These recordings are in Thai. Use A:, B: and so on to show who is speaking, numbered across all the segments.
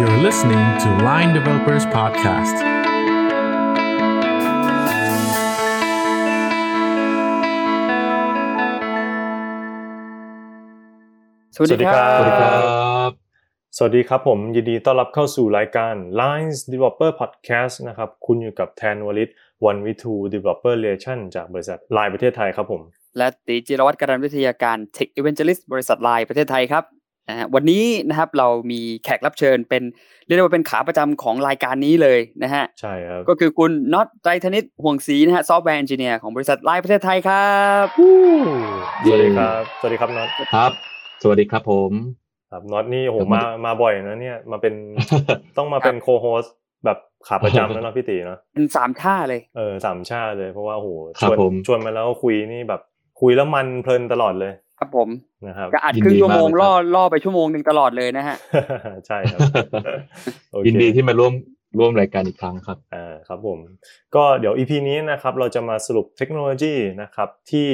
A: You're listening to Line Developers Podcast.
B: สวัสดีครับ
C: สวัสดีครับ
D: บ
C: สวัสดีครับผม ยินดีต้อนรับเข้าสู่รายการ Lines Developer Podcast นะครับ คุณอยู่กับแทนวลิตวันวิทู Developer Relation จากบริษัท Line ประเทศไทยครับผม
B: และตีจิรวัตรการันวิทยาการ Tech Evangelist บริษัทไลน์ประเทศไทยครับนะฮะวันนี้นะครับเรามีแขกรับเชิญเป็นเรียกได้ว่าเป็นขาประจำของรายการนี้เลยนะฮะ
C: ใช่ครับ
B: ก็คือคุณน็อตไตรธนิตห่วงศรีนะฮะซอฟต์แวร์เอนจิเนียร์ของบริษัทไลน์ประเทศไทยครับ
C: สวัสดีครับ สวัสดีครับน็อต
D: ครับ สวัสดีครับผม
C: ครับน็อตนี่โอ้โห
D: ครับผม
C: มามาบ่อยนะเนี่ยมา เป็นต้องมาเป็นโคโฮสแบบขาประจำ แล้วเนาะพี่ตีเนาะ
B: เป็นสามท่าเลย
C: เออสามชาติเลยเพราะว่าโอ้โห
D: ค
C: ช
D: รับ
C: วน
D: ผม
C: ชวนมาแล้วคุยนี่แบบคุยแล้วมันเพลินตลอดเลย
B: ครับผม
C: นะครับ
B: ก็อัด
D: ยิน
B: ครึ่ง
D: ดี
B: ชั่วโมง
D: มากเลยครับ
B: ล่อล่อไปชั่วโมงหนึ่งตลอดเลยนะฮะ
C: ใช่ ครับโอเค
D: ยินดีที่มาร่วมร่วมรายการอีกครั้งครับ
C: อ่าครับผมก็เดี๋ยว EP นี้นะครับเราจะมาสรุปเทคโนโลยีนะครับที่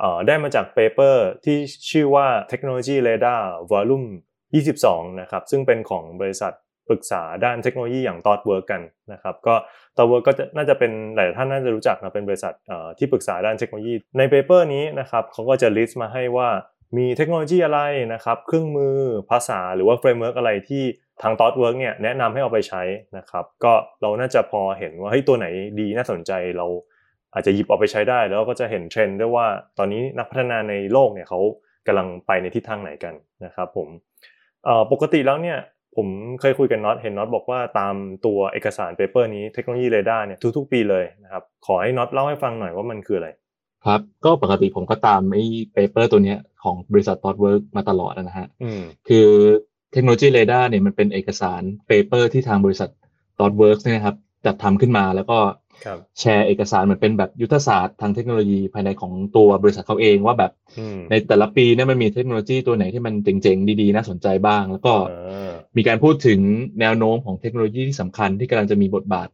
C: เอ่อได้มาจากเปเปอร์ที่ชื่อว่า Technology Radar Volume 22 นะครับซึ่งเป็นของบริษัทปรึกษาด้านเทคโนโลยีอย่าง t o u g h w o r k กันนะครับก็ t o u g h w o r k ก็จะน่าจะเป็นหลายท่านน่าจะรู้จักนะเป็นบริษัทเอ่อที่ปรึกษาด้านเทคโนโลยี ในเปเปอร์นี้นะครับเขาก็จะ list มาให้ว่ามีเทคโนโลยีอะไรนะครับเครื่องมือภาษาหรือว่าเฟรมเวิร์กอะไรที่ทาง t o u g h w o r k เนี่ยแนะนำให้เอาไปใช้นะครับก็เราน่าจะพอเห็นว่าเฮ้ยตัวไหนดีน่าสนใจเราอาจจะหยิบเอาไปใช้ได้ แล้วก็จะเห็นเทรนด์ด้วยว่าตอนนี้นักพัฒนาในโลกเนี่ยเขากำลังไปในทิศทางไหนกันนะครับผมเอ่อปกติแล้วเนี่ยผมเคยคุยกับน็อตเห็นน็อตบอกว่าตามตัวเอกสารเปเปอร์นี้เทคโนโลยีเรดาร์เนี่ยทุกๆ ปีเลยนะครับขอให้น็อตเล่าให้ฟังหน่อยว่ามันคืออะไร
D: ครับ ก็ปกติผมก็ตามไอ้เปเปอร์ตัวเนี้ยของบริษัท t o u g h w o r k มาตลอดนะฮะ
C: อืม
D: คือเทคโนโลยีเรดาร์เนี่ยมันเป็นเอกสารเปเปอร์ที่ทางบริษัท t o u g h w o r k เนี่ยนะครับจัดทำขึ้นมาแล้วก็
C: ครับ
D: แชร์เอกสารเหมือนเป็นแบบยุทธศาสตร์ทางเทคโนโลยีภายในของตัวบริษัทเขาเองว่าแบบ
C: อืม
D: ในแต่ละปีเนี่ยมันมีเทคโนโลยีตัวไหนที่มันเจ๋งๆ ดีๆ น่าสนใจบ้าง แล้วก็
C: เออ
D: มีการพูดถึงแนวโน้มของเทคโนโลยีที่สำคัญที่กำลังจะมีบทบาท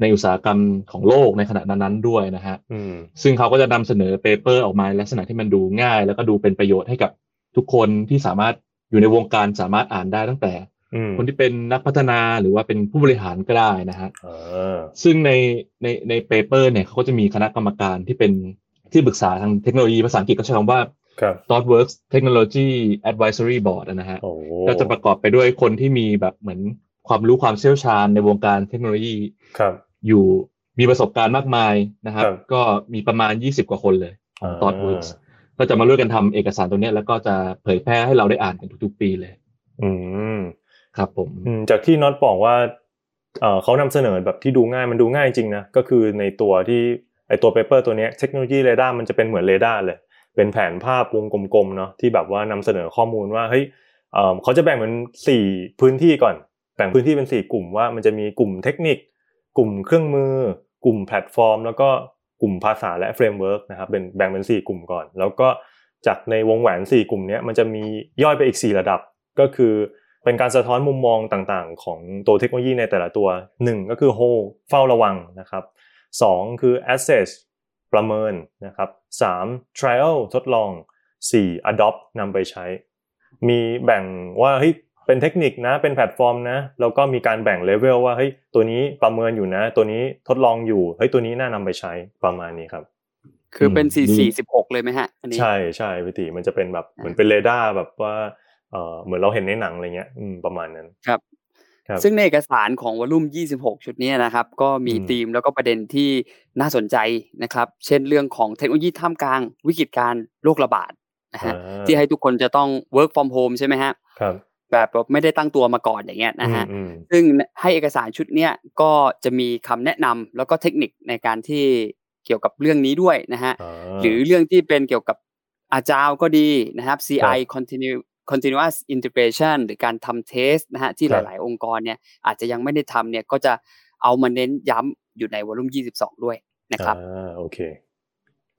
D: ในอุตสาหกรรมของโลกในขณะนั้นๆด้วยนะฮะ
C: อืม
D: ซึ่งเขาก็จะนำเสนอเปเปอร์ออกมาในลักษณะที่มันดูง่าย แล้วก็ดูเป็นประโยชน์ให้กับทุกคนที่สามารถอยู่ในวงการสามารถอ่านได้ตั้งแต่
C: อืม
D: คนที่เป็นนักพัฒนาหรือว่าเป็นผู้บริหารก็ได้นะฮะ
C: เออ
D: ซึ่งในในในเปเปอร์เนี่ยเขาก็จะมีคณะกรรมการที่เป็นที่ปรึกษาทางเทคโนโลยีภาษาอังกฤษก็ใช้คำว่า
C: ครับ
D: t o u g h w o r k s Technology Advisory Board อะนะฮะ
C: โอ้โห
D: ก็จะประกอบไปด้วยคนที่มีแบบเหมือนความรู้ความเชี่ยวชาญในวงการเทคโนโลยี
C: ครับ
D: อยู่มีประสบการณ์มากมายนะครับ
C: ครับ
D: ก็มีประมาณ 20 กว่าคนเลยของ
C: อ่า
D: t o u g h w o r k s ก็จะมาร่วมกันทำเอกสารตัวเนี้ยแล้วก็จะเผยแพร่ให้เราได้อ่านกันทุกๆ ปีเลย
C: อืม
D: ครับผม
C: อืมจากที่น็อตบอกว่าเอ่อเขานำเสนอแบบที่ดูง่ายมันดูง่ายจริงนะ ก็คือในตัวที่ไอตัวเปเปอร์ตัวเนี้ยเทคโนโลยีเรดาร์มันจะเป็นเหมือนเรดาร์เลย เป็นแผนภาพวงกลมๆเนาะที่แบบว่านำเสนอข้อมูลว่าเฮ้ยเอ่อเขาจะแบ่งเป็นสี่พื้นที่ก่อน แบ่งพื้นที่เป็นสี่กลุ่มว่ามันจะมีกลุ่มเทคนิค กลุ่มเครื่องมือ กลุ่มแพลตฟอร์ม แล้วก็กลุ่มภาษาและเฟรมเวิร์กนะครับเป็นแบ่งเป็น 4 กลุ่มก่อน แล้วก็จากในวงแหวน 4 กลุ่มเนี้ยมันจะมีย่อยไปอีก 4 ระดับ ก็คือเป็นการสะท้อนมุมมองต่างๆ ของตัวเทคโนโลยีในแต่ละตัว 1 ก็คือ hold เฝ้าระวังนะครับ 2 คือ assess ประเมินนะครับ 3 trial ทดลอง 4 adopt นำไปใช้ มีแบ่งว่าเฮ้ยเป็นเทคนิคนะ เป็นแพลตฟอร์มนะ แล้วก็มีการแบ่งเลเวลว่าเฮ้ยตัวนี้ประเมินอยู่นะ ตัวนี้ทดลองอยู่เฮ้ยตัวนี้น่านำไปใช้ประมาณนี้ครับ
B: คือเป็น
D: อืม
B: สี่สี่สิบหกเลยไหมฮะอันนี้
C: ใช่ใช่พี่ติมันจะเป็นแบบเหมือนเป็นเรดาร์แบบว่าเออเหมือนเราเห็นในหนังอะไรเงี้ยอืมประมาณนั้น
B: ครับ
C: ครับ
B: ซึ่งในเอกสารของวอลลุ่ม 26 ชุดเนี้นะครับ ก็มี
C: อืม
B: ธีมแล้วก็ประเด็นที่น่าสนใจนะครับ เช่นเรื่องของเทคโนโลยีท่ามกลางวิกฤตการณ์โรคระบาดนะฮะ
C: อ่า
B: ที่ให้ทุกคนจะต้อง work from home ใช่ไหมฮะ
C: ครับ
B: แบบแบบไม่ได้ตั้งตัวมาก่อนอย่างเงี้ยนะฮะ
C: อืม
B: ซึ่งให้เอกสารชุดเนี้ยก็จะมีคำแนะนำแล้วก็เทคนิคในการที่เกี่ยวกับเรื่องนี้ด้วยนะฮะ
C: อืมา
B: หรือเรื่องที่เป็นเกี่ยวกับอาจาวก็ดีนะครับ CI continue continuous integration หรือการทำเทสนะฮะที่
C: ค
B: ห
C: รับ
B: ลาย ๆ องค์กรเนี่ยอาจจะยังไม่ได้ทำเนี่ยก็จะเอามาเน้นย้ำอยู่ในวอลลุ่ม 22 ด้วยนะครับ
C: อ่าโอเค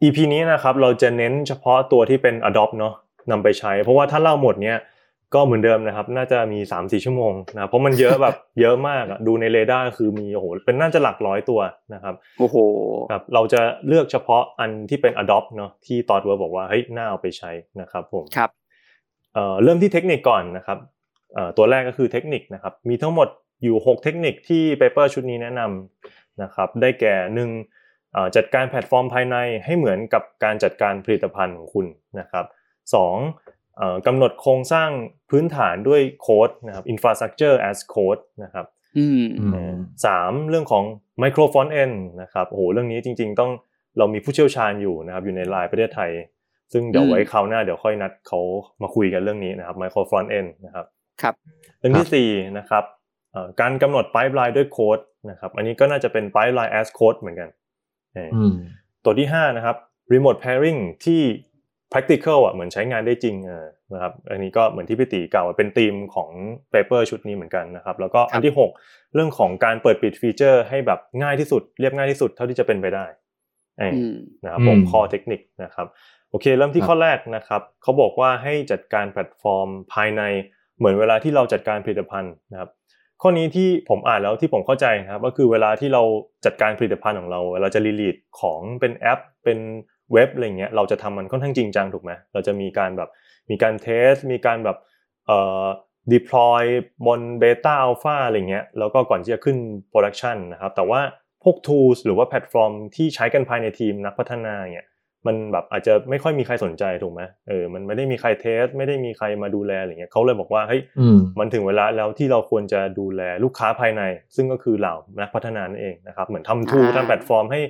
C: EP นี้นะครับเราจะเน้นเฉพาะตัวที่เป็น Adopt เนาะนำไปใช้ เพราะว่าถ้าเล่าหมดเนี้ยก็เหมือนเดิมนะครับ น่าจะมี 3-4 ชั่วโมงนะเพราะมันเยอะแบบ เยอะมากอะดูในเรดาร์คือมีโอ้โหเป็นน่าจะหลักร้อยตัวนะครับ
B: โอ้โห
C: ครับเราจะเลือกเฉพาะอันที่เป็น Adopt เนาะที่ตอดเวิร์บอกว่าเฮ้ยน่าเอาไปใช้นะครับผม
B: ครับ
C: เอ่อเริ่มที่เทคนิคก่อนนะครับ เอ่อตัวแรกก็คือเทคนิคนะครับมีทั้งหมดอยู่ 6 เทคนิคที่เปเปอร์ชุดนี้แนะนำนะครับได้แก่หนึ่งเอ่อจัดการแพลตฟอร์มภายในให้เหมือนกับการจัดการผลิตภัณฑ์ของคุณนะครับสอง เอ่อกำหนดโครงสร้างพื้นฐานด้วยโค้ดนะครับ infrastructure as code นะครับ
B: อืม
D: อืม
C: เอ่อสามเรื่องของ micro front end นะครับโอ้โหเรื่องนี้จริงๆ ต้องเรามีผู้เชี่ยวชาญอยู่นะครับอยู่ในไลน์ประเทศไทย ซึ่งเดี๋ยว
B: อืม
C: ไว้คราวหน้าเดี๋ยวค่อยนัดเขามาคุยกันเรื่องนี้นะครับ micro front end นะครับ
B: ครับ
C: เรื่อง
D: ครั
C: ที่
D: บ
C: สี่นะครับเอ่อการกำหนด pipeline ด้วยโค้ดนะครับอันนี้ก็น่าจะเป็น pipeline as code เหมือนกันเอ่ออ
D: อืม
C: ตัวที่ 5 นะครับ remote pairing ที่ practical อ่ะเหมือนใช้งานได้จริงเออนะครับอันนี้ก็เหมือนที่พี่ตีกล่าวไว้เป็นธีมของ paper ชุดนี้เหมือนกันนะครับ แล้วก็อันที่ 6 เรื่องของการเปิดปิดฟีเจอร์ให้แบบง่ายที่สุด เรียบง่ายที่สุดเท่าที่จะเป็นไปได้เออ
B: อืม
C: นะครับผม
D: อืม
C: ข้อเทคนิคนะครับ โอเค เริ่มที่
D: ครับ
C: ข้อแรกนะครับเขาบอกว่าให้จัดการแพลตฟอร์มภายในเหมือนเวลาที่เราจัดการผลิตภัณฑ์นะครับ ข้อนี้ที่ผมอ่านแล้วที่ผมเข้าใจนะครับก็คือเวลาที่เราจัดการผลิตภัณฑ์ของเรา เราจะรีลีดของเป็นแอป เป็นเว็บอะไรเงี้ยเราจะทำมันค่อนข้างจริงจังถูกไหมเราจะมีการแบบมีการเทส มีการแบบเอ่อ deploy บนเบต้าอัลฟาอะไรเงี้ยแล้วก็ก่อนที่จะขึ้นโปรดักชันนะครับแต่ว่าพวก tools หรือว่าแพลตฟอร์มที่ใช้กันภายในทีมนักพัฒนาเนี่ย มันแบบอาจจะไม่ค่อยมีใครสนใจถูกไหมเออ มันไม่ได้มีใครเทส ไม่ได้มีใครมาดูแลอะไรเงี้ยเขาเลยบอกว่าเฮ้ย
D: อืม
C: มันถึงเวลาแล้วที่เราควรจะดูแลลูกค้าภายใน ซึ่งก็คือเหล่านักพัฒนานั่นเองนะครับ เหมือนทำทู
B: อ่า
C: ทำแพลตฟอร์มให้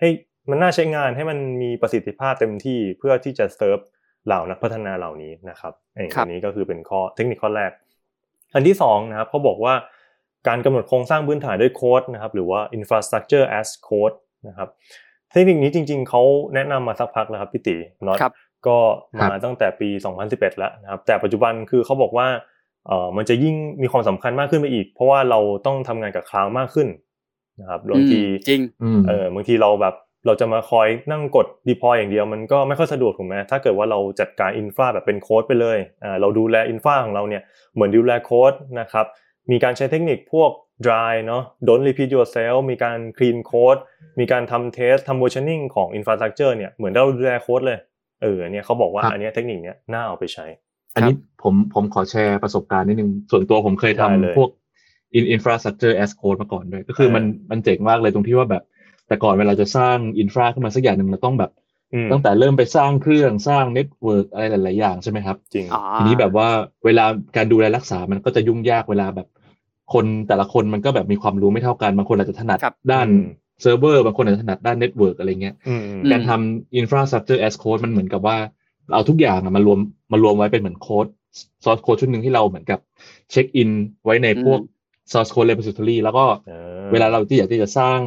C: ให้มันน่าใช้งานให้มันมีประสิทธิภาพเต็มที่เพื่อที่จะเซิร์ฟเหล่านักพัฒนาเหล่านี้นะครับเองอันนี้ก็คือเป็นข้อเทคนิคข้อแรก อันที่สองนะครับเขาบอกว่าการกำหนดโครงสร้างพื้นฐานด้วยโค้ดนะครับหรือว่า infrastructure as code นะครับเทคนิคนี้จริง ๆเขาแนะนำมาสักพักแล้วครับพี่ตีน็อต
B: ครับ
C: ก็
D: ครั
C: มา
D: บ
C: ตั้งแต่ปี 2011 แล้วนะครับ แต่ปัจจุบันคือเขาบอกว่าเออมันจะยิ่งมีความสำคัญมากขึ้นไปอีก เพราะว่าเราต้องทำงานกับคลาวด์มากขึ้นนะครับบางที
B: อืมจริง
D: อืม
C: เออบางทีเราแบบเราจะมาคอยนั่งกด deploy อย่างเดียวมันก็ไม่ค่อยสะดวกถูกไหมถ้าเกิดว่าเราจัดการอินฟราแบบเป็นโค้ดไปเลยอ่าเราดูแลอินฟราของเราเนี่ยเหมือนดูแลโค้ดนะครับ มีการใช้เทคนิคพวก dry เนาะ don't repeat yourself มีการ clean code มีการทำ test ทำ versioning ของ infrastructure เนี่ยเหมือนเราดูแลโค้ดเลย เออเนี่ยเขาบอกว่า
D: ครับ
C: อันเนี้ยเทคนิคเนี้ยน่าเอาไปใช้
D: อันนี้ผมผมขอแชร์ประสบการณ์นิดนึง ส่วนตัวผมเคย
C: ได้เลย
D: ทำพวก in infrastructure as code มาก่อนด้วย ก็คือ
C: เออ
D: มันมันเจ๋งมากเลยตรงที่ว่าแบบ แต่ก่อนเวลาจะสร้างอินฟราขึ้นมาสักอย่างหนึ่งเราต้องแบบ
C: อืม
D: ตั้งแต่เริ่มไปสร้างเครื่องสร้างเน็ตเวิร์กอะไรหลาย ๆ อย่างใช่ไหมครับ
C: จริง
B: อ่า
D: ทีนี้แบบว่าเวลาการดูแลรักษามันก็จะยุ่งยากเวลาแบบ คนแต่ละคนมันก็แบบมีความรู้ไม่เท่ากัน บางคนอาจจะถนัด
B: ครับ
D: ด้าน
C: อืม
D: เซิร์ฟเวอร์บางคนอาจจะถนัดด้านเน็ตเวิร์กอะไรเงี้ย
C: อืมอืม
D: การทำ infrastructure as code มันเหมือนกับว่าเอาทุกอย่างอะมารวมมารวมไว้เป็นเหมือนโค้ดซอสโค้ดชุดหนึ่งที่เราเหมือนกับเช็คอินไว้ในพวก source code repository แล้วก็
C: เออ
D: เวลาเราที่อยากที่จะสร้าง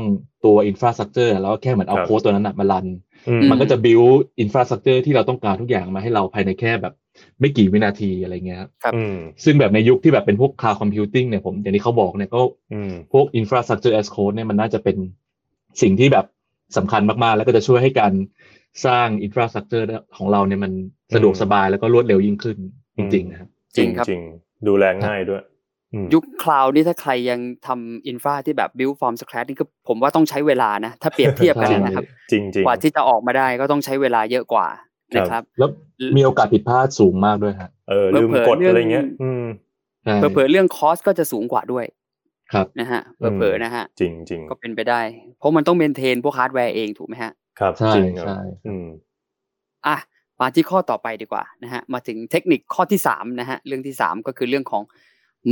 D: ตัว infrastructure แล้วก็แค่เหมือนเอา
C: ครับ
D: โค้ดตัวนั้นอะมารัน
C: อืม
D: มันก็จะ build infrastructure ที่เราต้องการทุกอย่างมาให้เราภายในแค่แบบไม่กี่วินาทีอะไรเงี้ยครับ
B: ครับ
C: อืม
D: ซึ่งแบบในยุคที่แบบเป็นพวก cloud computing เนี่ยผมอย่างที่เขาบอกเนี่ยก็
C: อืม
D: พวก infrastructure as code เนี่ยมันน่าจะเป็นสิ่งที่แบบสำคัญมาก ๆ แล้วก็จะช่วยให้การสร้าง infrastructure ของเราเนี่ยมันสะดวก
C: อืม
D: สบายแล้วก็รวดเร็วยิ่งขึ้นจริง ๆ นะครับ
B: จริงครับ
C: จริงๆดูแลง่ายด้วยอืม
B: ยุคคลาวด์นี่ถ้าใครยังทำอินฟราที่แบบ build from scratch นี่ก็ผมว่าต้องใช้เวลานะ ถ้าเปรียบเทียบกัน
D: ใช่
B: นะครับ
C: จริงๆจริง
B: กว่าที่จะออกมาได้ก็ต้องใช้เวลาเยอะกว่านะครับ
D: แล้วมีโอกาสผิดพลาดสูงมากด้วยฮะ
C: เออลืมกด
B: เผลอๆ
C: อะไรเงี้ย อืม
D: ใช่
B: เผลอๆเรื่องคอสก็จะสูงกว่าด้วย
D: ครับ
B: นะฮะ
C: อืม
B: เผลอๆนะฮะ
C: จริงจริง
B: ก็เป็นไปได้ เพราะมันต้องเมนเทนพวกฮาร์ดแวร์เองถูกไหมฮะ
C: ๆครับ
D: ใช่
C: จริงครับ
D: ใช่
C: อืม
B: อ่ะมาที่ข้อต่อไปดีกว่านะฮะมาถึงเทคนิคข้อที่3นะฮะเรื่องที่ 3 ก็คือเรื่องของ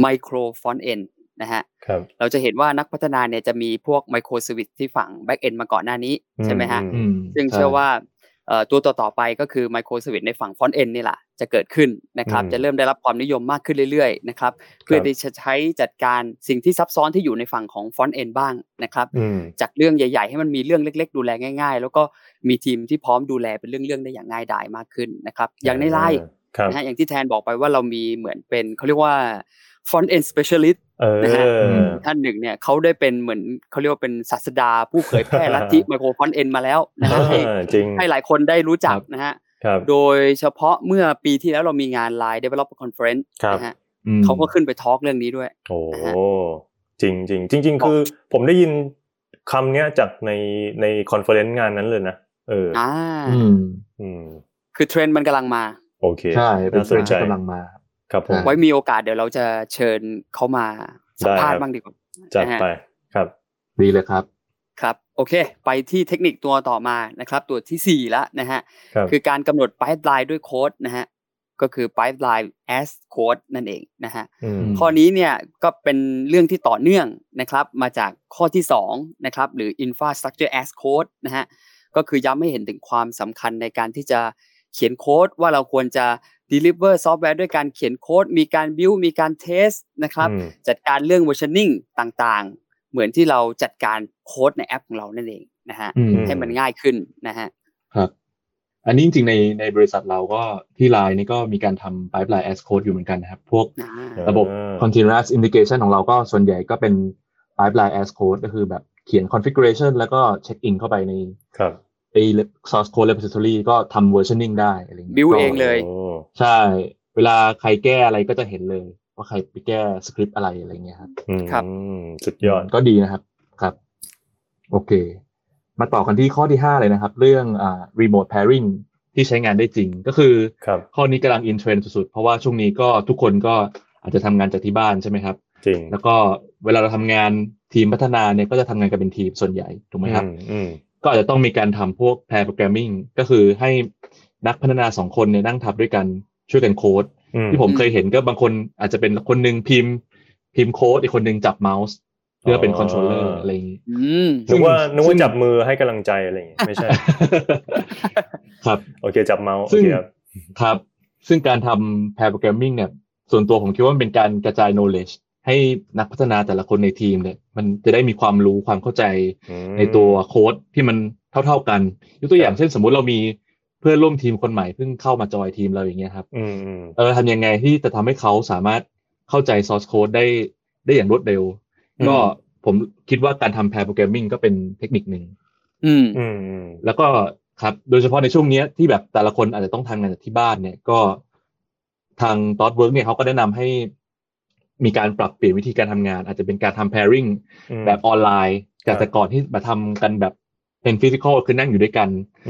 B: ไมโครฟอนเอนนะฮะ
C: ครับ
B: เราจะเห็นว่านักพัฒนาเนี่ยจะมีพวกไมโครสวิตที่ฝั่งแบ็กเอนมาก่อนหน้านี้ใช่ไหมฮะ
C: อื
D: อืม
B: ซึ่ง
D: ใ
B: เชื่อว่าเอ่อตัวต่อต่อไปก็คือไมโครสวิตในฝั่งฟอนต์เอ็นนี่แหละจะเกิดขึ้นนะครับ
C: อืม
B: จะเริ่มได้รับความนิยมมากขึ้นเรื่อยๆนะครับเพื่อที่จะใช้จัดการสิ่งที่ซับซ้อนที่อยู่ในฝั่งของฟอนต์เอ็นบ้างนะครับ
C: อืม
B: จากเรื่องใหญ่ ๆ ให้มันมีเรื่องเล็ก ๆ ดูแลง่าย ๆ แล้วก็มีทีมที่พร้อมดูแลเป็นเรื่องๆได้อย่างง่ายดายมากขึ้นนะครับอย่างในไลน์
C: ครับ
B: นะฮะอย่างที่แทนบอกไปว่าเรามีเหมือนเป็นเขาเรียกว่า Front End Specialist
C: เออ
B: นะฮะ
D: อืม
B: ท่านหนึ่งเนี่ยเขาได้เป็นเหมือนเขาเรียกว่าเป็นศาสดาผู้เผยแพร่ลัทธิไมโครฟอนต์เอ็นมาแล้วนะฮะให้
C: อ่าจริง
B: ให้หลายคนได้รู้จักนะฮะ
C: ครับ
B: โดยเฉพาะเมื่อปีที่แล้วเรามีงาน Line Developer Conference
C: ครับ
B: นะฮะ
D: อืม
B: เขาก็ขึ้นไปทอล์กเรื่องนี้ด้วย
C: โอ้
B: นะฮะ
C: จริงจริงๆจริง
B: บ
C: ๆ
B: อก
C: คือผมได้ยินคำเนี้ยจากในในคอนเฟอเรนซ์งานนั้นเลยนะ เออ
B: อ่า
D: อืม
C: อืม
B: คือเทรนด์มันกำลังมา
C: โอเค
D: ใช่เป็น
C: น่าส
D: เรื่
C: น
D: อง
C: ใจ
D: ที่กำลังมา
C: ครับผม
B: ไว้มีโอกาสเดี๋ยวเราจะเชิญเขามาสัมภาษณ์บ้างดีกว่า
C: จัดไปครับ
D: ดีเลยครับ
B: ครับ โอเค ไปที่เทคนิคตัวต่อมานะครับ ตัวที่สี่แล้วนะฮะ
C: ครับ
B: คือการกำหนด pipeline ด้วยโค้ดนะฮะ ก็คือ pipeline as code นั่นเองนะฮะ
C: อืม
D: ม
B: ข้อนี้เนี่ยก็เป็นเรื่องที่ต่อเนื่องนะครับ มาจากข้อที่2นะครับหรือ infrastructure as code นะฮะก็คือย้ำให้เห็นถึงความสำคัญในการที่จะเขียนโค้ดว่าเราควรจะ deliver ซอฟต์แวร์ด้วยการเขียนโค้ด มีการ build มีการ test นะครับ
C: อืม
B: จัดการเรื่อง versioning ต่างๆ เหมือนที่เราจัดการโค้ดในแอปของเรานั่นเองนะฮะ
D: อืม
B: ให้มันง่ายขึ้นนะฮะ
D: ครับ อันนี้จริงๆในในบริษัทเราก็ที่ไลน์นี่ก็มีการทำ pipeline as code อยู่เหมือนกันนะครับ พวกระบบ
C: อ่า
D: continuous integration ของเราก็ส่วนใหญ่ก็เป็น pipeline as code ก็คือแบบเขียน configuration แล้วก็เช็คอินเข้าไปใน
C: ครับ
D: ไอ้ source code repository ก็ทำ versioning ได้อะไรอย่างเงี้ย
B: build เองเลย
C: โอ้
D: ใช่ เวลาใครแก้อะไรก็จะเห็นเลย ว่าใครไปแก้สคริปต์อะไรอะไรเงี้ยครับ
C: อืม
B: ครับ
C: สุดยอด
D: ก็ดีนะครับครับ โอเค มาต่อกันที่ข้อที่ 5 เลยนะครับ เรื่องอ่า remote pairing ที่ใช้งานได้จริง ก็คือ
C: ครับ
D: ข้อนี้กำลังอินเทรนด์สุดๆ เพราะว่าช่วงนี้ก็ทุกคนก็อาจจะทำงานจากที่บ้านใช่ไหมครับ
C: จริง
D: แล้วก็เวลาเราทำงานทีมพัฒนาเนี่ยก็จะทำงานกันเป็นทีมส่วนใหญ่ ถูกไหมครับ
C: อือืม
D: ก็อาจจะต้องมีการทำพวก pair programming ก็คือให้นักพัฒนาสองคนเนี่ยนั่งทับด้วยกันช่วยกันโค้ด
C: อืม
D: ที่ผม
B: อืม
D: เคยเห็นก็บางคนอาจจะเป็นคนหนึ่งพิมพ์ พิมพ์โค้ดอีกคนหนึ่งจับเมาส์ เพื่อเป็น
C: อ๋อ
D: คอนโทรลเลอร์อะไรอย่างนี้
B: อืม
D: ซึ่
C: นึก
D: ง
C: ว่านึก
D: ซึ่
C: ว่าง จับมือให้กำลังใจอะไรอย่างเงี้ยไม่ใช่
D: ครับ
C: โอเคจับเมาส์โอ
D: ซึ่ง
C: เคครับ
D: ครับ ซึ่งการทำ pair programming เนี่ย ส่วนตัวผมคิดว่ามันเป็นการกระจาย knowledge ให้นักพัฒนาแต่ละคนในทีมเนี่ย มันจะได้มีความรู้ความเข้าใจ
C: อืม
D: ในตัวโค้ดที่มันเท่าๆกัน ยกตัวอย่า
C: ค
D: ง
C: รับ
D: เช่นสมมุติเรามีเพื่อนร่วมทีมคนใหม่เพิ่งเข้ามาจอยทีมเราอย่างเงี้ยครับ
C: อืมอืม
D: เออทำยังไงที่จะทำให้เขาสามารถเข้าใจ source code ได้ได้อย่างรวดเร็ว
C: อืม
D: ก็ผมคิดว่าการทำ pair programming ก็เป็นเทคนิคหนึ่ง
B: อืม
C: อืมอืม
D: แล้วก็ครับ โดยเฉพาะในช่วงเนี้ยที่แบบแต่ละคนอาจจะต้องทำงานจากที่บ้านเนี่ยก็ทาง d o t Work เนี่ยเขาก็แนะนำให้มีการปรับเปลี่ยนวิธีการทำงาน อาจจะเป็นการทำ pairing
C: อืม
D: แบบออนไลน์จาก
C: ครับ
D: แต่ก่อนที่มาทำกันแบบเป็นฟิสิกอลคือนั่งอยู่ด้วยกัน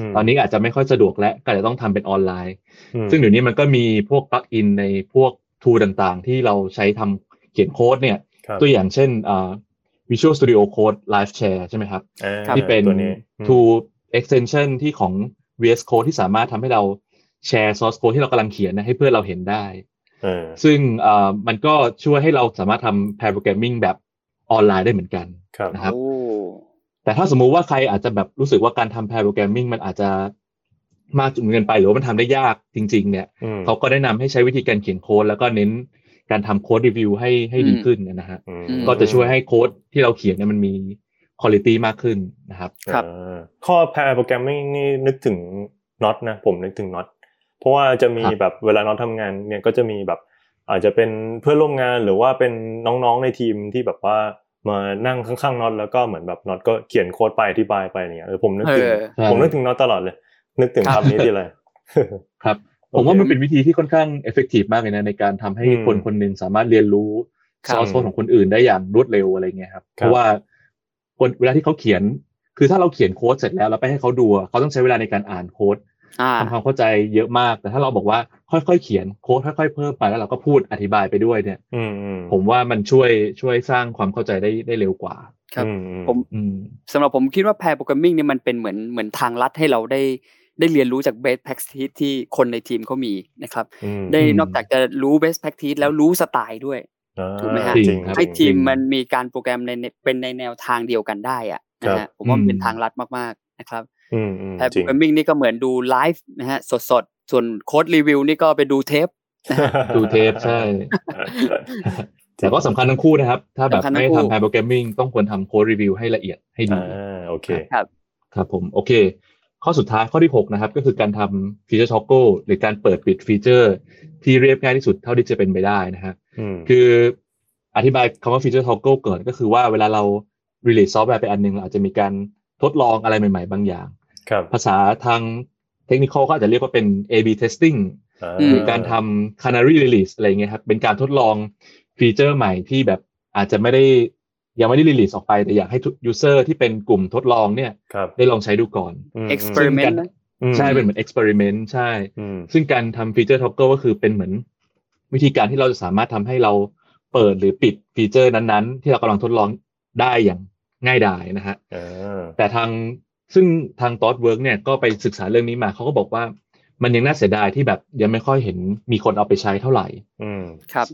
C: ม
D: ตอนนี้อาจจะไม่ค่อยสะดวกและก็อาจจะต้องทำเป็นออนไลน์
C: อืม
D: ซึ่งเดี๋ยวนี้มันก็มีพวกปลั๊กอินในพวกทูต่างๆ ที่เราใช้ทำเขียนโค้ดเนี่ย
C: ครับ
D: ตัวอย่างเช่นอ่า Visual Studio Code Live Share ใช่ไหมครับ
C: อ่า
B: ครับ
D: ที่เป็น
C: ตัวนี้อืม
D: ทู extension ที่ของ VS Code ที่สามารถทำให้เราแชร์ source code ที่เรากำลังเขียนนะให้เพื่อนเราเห็นได้
C: เออ
D: ซึ่งอ่ามันก็ช่วยให้เราสามารถทำ pair programming แบบออนไลน์ได้เหมือนกัน
C: ครับ
D: นะครับ
B: โอ้
D: แต่ถ้าสมมุติว่าใครอาจจะแบบรู้สึกว่าการทำ pair programming มันอาจจะมากจนเกินไปหรือว่ามันทำได้ยากจริง ๆ เนี่ย
C: อืม
D: เขาก็แนะนำให้ใช้วิธีการเขียนโค้ดแล้วก็เน้นการทำโค้ดรีวิวให้ให้ดี
B: อืม
D: ขึ้นนะฮะ
C: อืม
D: ก็จะช่วยให้โค้ดที่เราเขียนเนี่ยมันมีคุณภาพมากขึ้นนะครับ
B: ครับ
C: อ่าข้อ pair programming นี่นึกถึง not นะ ผมนึกถึง not เพราะว่าจะมี
D: ครับ
C: แบบเวลาน้องทำงานเนี่ยก็จะมีแบบ อาจจะเป็นเพื่อนร่วมงานหรือว่าเป็นน้องๆในทีมที่แบบว่ามานั่งข้างๆน็อตแล้วก็เหมือนแบบน็อตก็เขียนโค้ดไปอธิบายไปเนี่ยเออผมนึกถึง
B: เออ
D: ใช่
C: ผมนึกถึงน็อตตลอดเลย นึกถึง
B: ครับ
C: คำนี้ทีเลย
D: ครับ
C: โอเค
D: ผมว่ามันเป็นวิธีที่ค่อนข้าง effective มากเลยนะ ในการทำให้
C: อืม
D: คนคนหนึ่งสามารถเรียนรู้
B: ครับ
D: ซอสโค้ดของคนอื่นได้อย่างรวดเร็วอะไรเงี้ยครับ
C: ครับ
D: เพราะว่าคนเวลาที่เขาเขียน คือถ้าเราเขียนโค้ดเสร็จแล้วเราไปให้เขาดูอะเขาต้องใช้เวลาในการอ่านโค้ด
B: อ่า
D: ทำความเข้าใจเยอะมาก แต่ถ้าเราบอกว่าค่อยๆเขียนโค้ดค่อยๆเพิ่มไปแล้วเราก็พูดอธิบายไปด้วยเนี่ย
C: อืมอืม
D: ผมว่ามันช่วยช่วยสร้างความเข้าใจได้ได้เร็วกว่า
B: ครับ
C: อือื
B: ผม
D: อืม
B: สำหรับผมคิดว่า pair programming เนี่ยมันเป็นเหมือนเหมือนทางลัดให้เราได้ได้เรียนรู้จาก best practice ที่คนในทีมเขามีนะครับ
C: อืม
B: ได้
D: อืม
B: นอกจากจะรู้ best practice แล้วรู้สไตล์ด้วย
C: อ่า
B: ถูกไหมฮะ
C: จริงครับ
B: ให้ทีม
D: จริง
B: มันมีการโปรแกรมในเป็นในแนวทางเดียวกันได้อะนะ
C: ครั
B: ฮะ
C: บ
B: ผมว่ามัน
D: อืม
B: เป็นทางลัดมากๆนะครับ
C: อืมอืม
B: pair
C: จริง
B: programming นี่ก็เหมือนดูไลฟ์นะฮะสดๆ ส่วนโค้ดรีวิวนี่ก็ไปดูเทป
D: ดูเทปใช่
C: จริ
D: แต่
C: ง
D: ก็สำคัญทั้งคู่นะครับ ถ้าแบบ
B: สำคัญทั้
D: ไม่
B: งคู่
D: ทำ pair programming ต้องควรทำโค้ดรีวิวให้ละเอียดให้
C: อ
D: ดี
C: ่าโอเค
B: ครับ
D: ครับผม โอเค ข้อสุดท้ายข้อที่ 6 นะครับ ก็คือการทำฟีเจอร์ช็อกโกหรือการเปิดปิดฟีเจอร์ ที่เรียบง่ายที่สุดเท่าที่จะเป็นไปได้นะฮะ
C: อืม
D: คืออธิบายคำว่าฟีเจอร์ช็อกโกเกิดก็คือว่าเวลาเรา release ซอฟต์แวร์ไปอันหนึงเราอาจจะมีการทดลองอะไรใหม่ๆ บางอย่าง
C: ครับ
D: ภาษาทางเทคนิคก็อาจจะเรียกว่าเป็น A/B testing
B: อืม
D: หรือการทำ Canary Release อะไรเงี้ยครับ เป็นการทดลองฟีเจอร์ใหม่ที่แบบอาจจะไม่ได้ยังไม่ได้ release ออกไป แต่อยากให้ทุก user ที่เป็นกลุ่มทดลองเนี่ย
C: ครับ
D: ได้ลองใช้ดูก่อน
C: อืม
B: experiment นะ
C: อืม
D: ใช่เป็นเหมือน experiment ใช่
C: อืม
D: ซึ่งการทำฟีเจอร์ท็อกเกก็คือเป็นเหมือน วิธีการที่เราจะสามารถทำให้เราเปิดหรือปิดฟีเจอร์นั้นๆ ที่เรากำลังทดลองได้อย่างง่ายดายนะฮะ
C: เออ
D: แต่ทางซึ่งทาง t อ o เวิร์กเนี่ยก็ไปศึกษาเรื่องนี้มาเขาก็บอกว่ามันยังน่าเสียดายที่แบบยังไม่ค่อยเห็นมีคนเอาไปใช้เท่าไหร่
C: อืม
B: ครับ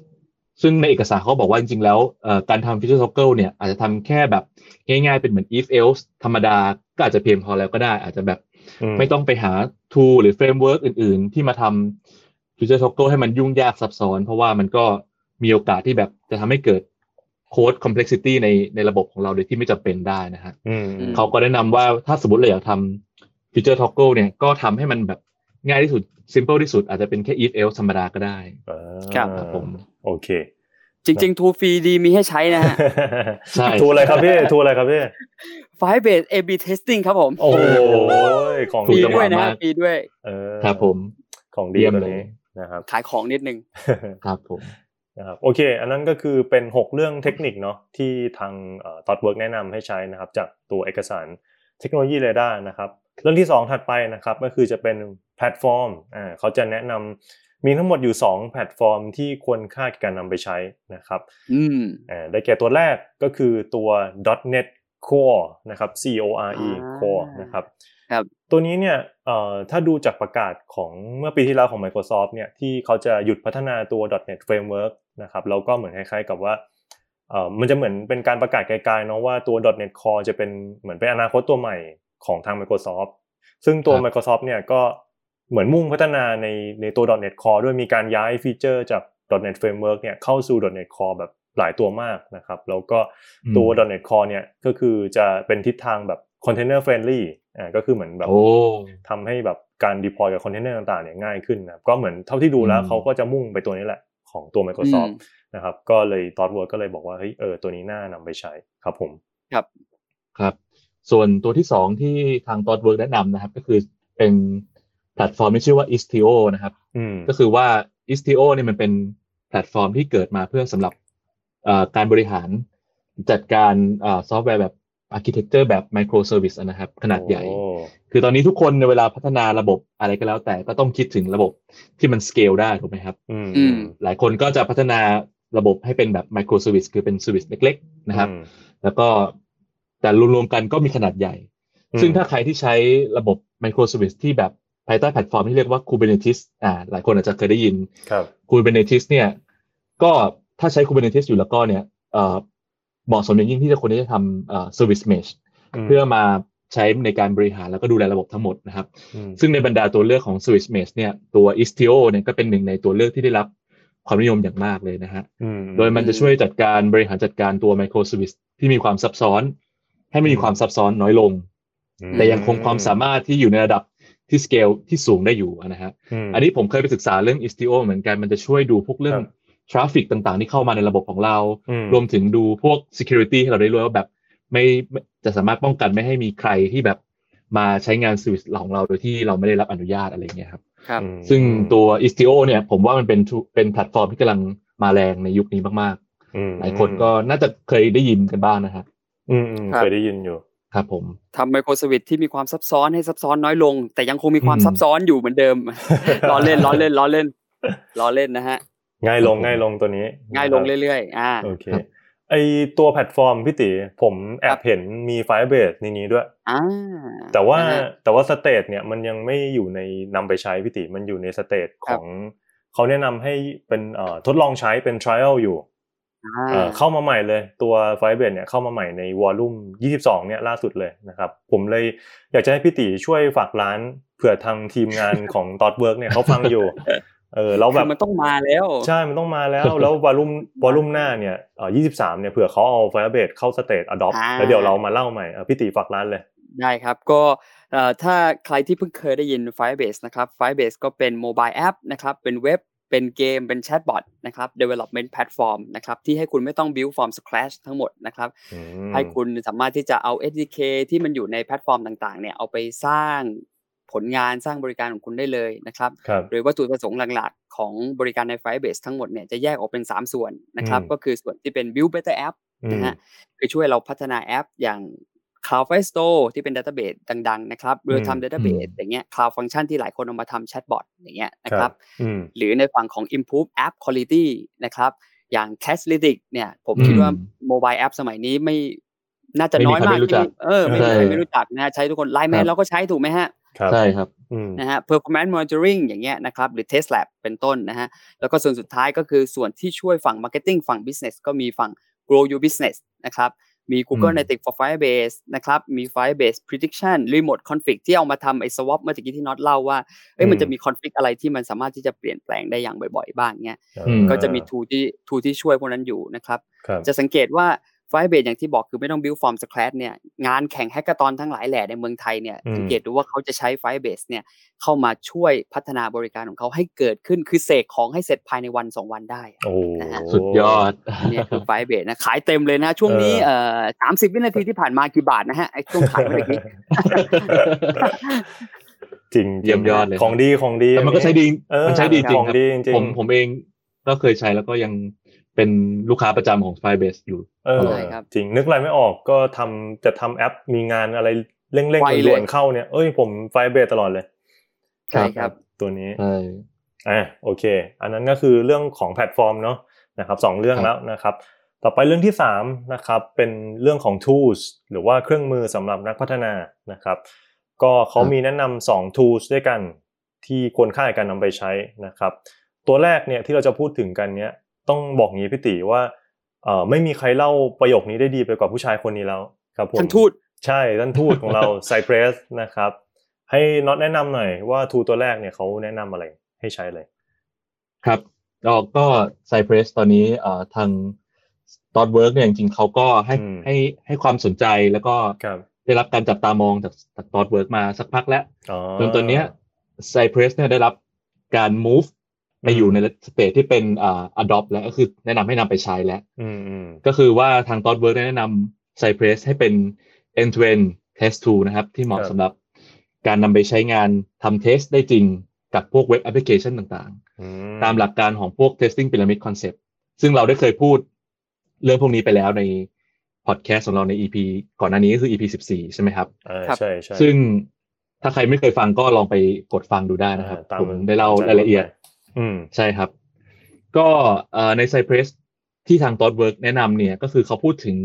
D: ซึ่งในเอกสารเขาบอกว่าจริงๆแล้วเอ่อการทำ feature circle เนี่ยอาจจะทำแค่แบบง่ายๆเป็นเหมือน if else ธรรมดาก็อาจจะเพียงพอแล้วก็ได้ อาจจะแบบ
C: อืม
D: ไม่ต้องไปหา tool หรือ framework อื่นๆ ที่มาทำ feature circle ให้มันยุ่งยากซับซ้อน เพราะว่ามันก็มีโอกาสที่แบบจะทำให้เกิด code complexity ในในระบบของเราโดยที่ไม่จำเป็นได้นะฮะ
C: อืม
B: อืม
D: เขาก็แนะนำว่าถ้าสมมติเราอยากทำฟีเจอร์ท็อกเกิลเนี่ยก็ทำให้มันแบบง่ายที่สุด simple ที่สุดอาจจะเป็นแค่ if else ธรรมดาก็ได้
C: อ่า
B: ครับ
D: ครับผม
C: โอเค
B: จริงๆทูฟรีดีมีให้ใช้นะ ฮะ
D: ใช่
C: ทูอะไรครับพี่ ทูอะไรครับพี่
B: ไฟเบส A/B testing ครับผม
C: โอ้โหของ
B: ฟรี
C: ดี
D: ถูกจังห
B: ด้วยนะฮะ
D: มาก
B: ฟรีด้วย
C: เออ
D: ครับผม
C: ของดี
D: เยี่ยม
C: ตัว
D: เลย
C: นี้นะครับ
B: ขายของนิดนึง
D: ครับผม
C: นะครับโอเค อันนั้นก็คือเป็น 6 เรื่องเทคนิคเนาะที่ทางตอดเวิร์กแนะนำให้ใช้นะครับ จากตัวเอกสารเทคโนโลยีเรดาร์นะครับ เรื่องที่ 2 ถัดไปนะครับก็คือจะเป็นแพลตฟอร์มอ่าเขาจะแนะนำมีทั้งหมดอยู่ 2 แพลตฟอร์มที่ควรค่าแก่การนำไปใช้นะครับ
B: อืม
C: อ่าได้แก่ตัวแรกก็คือตัว .NET Core นะครับ C O R E
B: อ่า
C: Core นะครับ
B: ครับ
C: ตัวนี้เนี่ยเอ่อถ้าดูจากประกาศของเมื่อปีที่แล้วของ Microsoft เนี่ยที่เขาจะหยุดพัฒนาตัว .NET Framework นะครับแล้วก็เหมือนคล้ายๆกับว่าเอ่อมันจะเหมือนเป็นการประกาศไกลๆเนาะว่าตัว .NET Core จะเป็นเหมือนเป็นอนาคตตัวใหม่ของทาง Microsoft ซึ่งตัว Microsoft เนี่ยก็เหมือนมุ่งพัฒนาในในตัว .NET Core ด้วยมีการย้ายฟีเจอร์จาก .NET Framework เนี่ยเข้าสู่ .NET Core แบบหลายตัวมากนะครับแล้วก็ ตัว .NET Core เนี่ยก็คือจะเป็นทิศทางแบบ container friendly อ่าก็คือเหมือนแบบ
D: โอ้
C: ทำให้แบบการ deploy กับ container ต่างๆเนี่ยง่ายขึ้นนะครับก็เหมือนเท่าที่ดูแล้ว
D: อืม
C: เขาก็จะมุ่งไปตัวนี้แหละของตัว Microsoft
B: อืม
C: นะครับก็เลย t o t w o r k ก็เลยบอกว่าเฮ้ยเออตัวนี้น่านำไปใช้ครับผม
D: ครับ ส่วนตัวที่สองที่ทางตอนเวิร์กแนะนำนะครับ ก็คือเป็นแพลตฟอร์มที่ชื่อว่า istio นะครับ
C: อืม
D: ก็คือว่า istio เนี่ยมันเป็นแพลตฟอร์มที่เกิดมาเพื่อสำหรับเอ่อการบริหารจัดการเอ่อซอฟต์แวร์แบบ architecture แบบ microservice อะนะครับ ขนาดใหญ่
C: โอ้
D: คือตอนนี้ทุกคนในเวลาพัฒนาระบบอะไรก็แล้ว แต่ก็ต้องคิดถึงระบบที่มันสเกลได้ถูกไหมครับ
C: อืม
B: อืม
D: หลายคนก็จะพัฒนาระบบให้เป็นแบบไมโครเซอร์วิสคือเป็นเซอร์วิสเล็กๆนะครับ
C: อืม
D: แล้วก็แต่รวมๆกันก็มีขนาดใหญ่
C: อืม
D: ซึ่งถ้าใครที่ใช้ระบบไมโครเซอร์วิสที่แบบภายใต้แพลตฟอร์มที่เรียกว่า Kubernetes อ่าหลายคนอาจจะเคยได้ยิน
C: ครับ
D: Kubernetes เนี่ยก็ถ้าใช้ Kubernetes อยู่แล้วก็เนี่ยเอ่อเหมาะสมอย่างยิ่งที่จะคนที่จะทำเอ่อ Service Mesh เพื่อมาใช้ในการบริหารแล้วก็ดูแลระบบทั้งหมดนะครับ
C: ม
D: ซึ่งในบรรดาตัวเลือกของ Switch Mesh เนี่ยตัว Istio เนี่ยก็เป็นหนึ่งในตัวเลือกที่ได้รับความนิยมอย่างมากเลยนะฮะ
C: อืม
D: โดยมันจะช่วยจัดการบริหารจัดการตัว Microservice ที่มีความซับซ้อน ให้มันมีความซับซ้อนน้อยลง
C: อืม
D: แต่ยังคงความสามารถที่อยู่ในระดับที่สเกลที่สูงได้อยู่นะฮะ
C: ม
D: อันนี้ผมเคยไปศึกษาเรื่อง Istio เหมือนกันมันจะช่วยดูพวกเรื่อ
C: ค
D: ง
C: รับ
D: ทราฟิกต่างๆ ที่เข้ามาในระบบของเรา
C: อื
D: รวมถึงดูพวก security ให้เราได้รู้ว่าแบบไม่ไม่จะสามารถป้องกันไม่ให้มีใครที่แบบมาใช้งานสวิตของเราโดยที่เราไม่ได้รับอนุญาตอะไรอย่างเงี้ยครับ
B: ครับ
D: ซึ่งตัว istio เนี่ยผมว่ามันเป็นทุเป็นแพลตฟอร์มที่กำลังมาแรงในยุคนี้มาก
C: อืม
D: ๆ หลายคนก็น่าจะเคยได้ยินกันบ้างนะครับ
C: อืมอืม
B: ครับ
C: เคยได้ยินอยู่
D: ครับผม
B: ทำไมโครสวิตที่มีความซับซ้อนให้ซับซ้อนน้อยลง แต่ยังคงมีความ
D: อืม
B: ซับซ้อนอยู่เหมือนเดิม ล้อเล่นล้อเล่นล้อเล่นล้อเล่นนะฮะ
C: ง่ายลง
D: ครับผม
C: ง่ายลงตัวนี้
B: ง่ายลง
C: นะครับ
B: เรื่อยๆ อ่า
C: โอเค
D: ครับ
C: ไอตัวแพลตฟอร์มพี่ติผมแอ
B: ครับ บ
C: เห็นมีไฟเบสในนี้ด้วย
B: อ่า
C: แต่ว่า
B: นะฮะ
C: แต่ว่าสเตทเนี่ยมันยังไม่อยู่ในนำไปใช้พี่ติมันอยู่ในสเตท
B: ค
C: ข
B: รับ
C: องเขาแนะนำให้เป็นเอ่อทดลองใช้เป็น trial อยู่
B: อ่า
C: เอ่อเข้ามาใหม่เลยตัวไฟเบสเนี่ยเข้ามาใหม่ในวอลลุ่ม22เนี่ยล่าสุดเลยนะครับ ผมเลยอยากจะให้พี่ติช่วยฝากร้านเผื่อทางทีมงาน ของตอดเวิร์กเนี่ยเขาฟังอยู่เออเรา
B: คื
C: แบ
B: อบ มันต้องมาแล้ว
C: ใช่ มันต้องมาแล้ว แล้ววอล ลุ่มวอลลุ่มหน้าเนี่ยเอ่อ23 เนี่ย เผื่อเขาเอา Firebase เข้าสเตต Adopt
B: อ่า
C: แล้วเดี๋ยวเรามาเล่าใหม่เอ่อพี่ตีฝากร้านเลย
B: ได้ครับก็เอ่อถ้าใครที่เพิ่งเคยได้ยิน Firebase นะครับ Firebase ก็เป็นโมบายแอปนะครับเป็นเว็บเป็นเกมเป็นแชทบอทนะครับ development platform นะครับที่ให้คุณไม่ต้อง build from scratch ทั้งหมดนะครับ
C: อืม
B: ให้คุณสามารถที่จะเอา SDK ที่มันอยู่ในแพลตฟอร์มต่างๆ เนี่ยเอาไปสร้างผลงานสร้างบริการของคุณได้เลยนะครับ
C: ครับ
B: โดยวัตถุประสงค์หลักๆ ของบริการใน Firebase ทั้งหมดเนี่ยจะแยกออกเป็น 3 ส่วนนะครับ
C: อืม
B: ก็คือส่วนที่เป็น build better app
C: อืม
B: นะฮะ คือช่วยเราพัฒนาแอปอย่าง Cloud Firestore ที่เป็น Database ดังๆ นะครับ Real Time
C: อืม
B: Database
D: อืม
B: อย่างเงี้ย Cloud Function ที่หลายคนเอามาทำแชทบอทอย่างเงี้ยนะครับ
C: อืม
B: หรือในฝั่งของ improve app quality นะครับ อย่าง Cashlytics เนี่ย ผมคิด
D: อืม
B: ว่า mobile app สมัยนี้ไม่น่าจะ
D: ไม่มี
B: น้อย
D: ใคร
B: มาก
D: ไม่รู้จัก
B: ที่เออไม่มีใคร
D: ใช่
B: ไม่รู้จักนะใช้ทุกคน Line
D: ครั
B: Man
D: บ
B: เราก็ใช้ถูกไหมฮะ
C: ครับ
D: ใช่ครับ
C: อืม
B: นะฮะ performance monitoring อย่างเงี้ยนะครับ หรือ test lab เป็นต้นนะฮะ แล้วก็ส่วนสุดท้ายก็คือส่วนที่ช่วยฝั่ง marketing ฝั่ง business ก็มีฝั่ง grow your business นะครับ มี Google
D: อืม
B: Analytics for Firebase นะครับ มี Firebase prediction remote config ที่เอามาทำไอ้ swap เมื่อตะกี้ที่น็อตเล่าว่า เอ้ยมันจะ
C: อืม
B: มี config อะไรที่มันสามารถที่จะเปลี่ยนแปลงได้อย่างบ่อยๆ บ้างเงี้ย
C: เออ
D: อืม
B: ก็จะมี tool ที่ tool ที่ช่วยพวกนั้นอยู่นะครับ
C: ครับ
B: จะสังเกตว่า Firebase อย่างที่บอกคือไม่ต้อง build from scratch เนี่ยงานแข่งแฮกเกอร์ตอนทั้งหลายแหล่ในเมืองไทยเนี่ยสังเกตดูว่าเขาจะใช้ Firebase เนี่ยเข้ามาช่วยพัฒนาบริการของเขาให้เกิดขึ้นคือเสกของให้เสร็จภายในวัน 2 วันได้
C: โอ้โห
B: นะฮะ
D: สุดย อด
B: อันเนี่ยคือ Firebase นะขายเต็มเลยนะ ช่วงนี้
C: เอ
B: เอ่
C: อ
B: อสามสิบวินาทีที่ผ่านมากี่บาทนะฮะไอ้ช่วงขายเมื่อกี้
C: จริงๆ
D: เยี่ยมยอดเลย
C: ของดีของดี
D: แต่มันก็ใช้ดี
C: เออ
D: มันใช้ดีจริ
C: ข
D: ง
C: อง
D: ครับ
C: ดีจริงๆ
D: ผมผมเองก็เคยใช้แล้วก็ยังเป็นลูกค้าประจำของ Firebase อยู่
C: เออ
B: ใช่ครับ
C: จริงนึกอะไรไม่ออกก็ทำจะทำแอปมีงานอะไรเร่งๆ
B: ไวเลย
C: ด่วนๆเข้าเนี่ยเอ้ยผมไฟเบตตลอดเลย
B: ใช่ครับ
C: ตัวนี้
D: ใช่
C: อ่าโอเค อันนั้นก็คือเรื่องของแพลตฟอร์มเนาะนะครับสองเรื่อง
D: ครั
C: แล้ว
D: บ
C: นะครับ ต่อไปเรื่องที่สามนะครับเป็นเรื่องของ tools หรือว่าเครื่องมือสำหรับนักพัฒนานะครับ ก็เขามีแนะนำสอง tools ด้วยกันที่ควรค่าแก่การนำไปใช้นะครับ ตัวแรกเนี่ยที่เราจะพูดถึงกันเนี่ยต้องบอกงี้พี่ติว่าเอ่อไม่มีใครเล่าประโยคนี้ได้ดีไปกว่าผู้ชายคนนี้แล้วครับผม
B: ท่านทูต
C: ใช่ท่านทูตของเรา Cypress นะครับ ให้น็อตแนะนำหน่อยว่า tool ตัวแรกเนี่ยเขาแนะนำอะไรให้ใช้เลย
D: ครับแล้วก็ Cypress ตอนนี้เอ่อทาง d o t w o r k เนี่ยจริงๆเขาก็ให้
C: อืม
D: ให้ให้ความสนใจแล้วก็
C: ครับ
D: ได้รับการจับตามองจากจาก d o t w o r k มาสักพักแล้ว
C: อ๋อ
D: จนตอนเนี้ย Cypress เนี่ยได้รับการ move ไปอยู่ในสเตจที่เป็นอ่า adopt แล้วก็คือแนะนำให้นำไปใช้แล้ว
C: อืมอืม
D: ก็คือว่าทาง d o t w o r k แนะนำ Cypress ให้เป็น end to end test tool นะครับ ที่เหมาะสำหรับการนำไปใช้งานทำ test ได้จริงกับพวกเว็บแอปพลิเคชันต่างๆ
C: อื
D: ตามหลักการของพวก testing pyramid concept ซึ่งเราได้เคยพูดเรื่องพวกนี้ไปแล้วในพอดแคสต์ของเราใน EP ก่อนหน้านี้ก็คือ EP 14 ใช่ไหมครับ
C: เออ
B: ครับ
C: ใช่ใช่
D: ซึ่งถ้าใครไม่เคยฟังก็ลองไปกดฟังดูได้นะครับ
C: อ่าตาม
D: ผมได้เล่ารายละเอียด
C: อืม
D: ใช่ครับ ก็เอ่อใน Cypress ที่ทาง t o t w o r k แนะนำเนี่ยก็คือเขาพูดถึง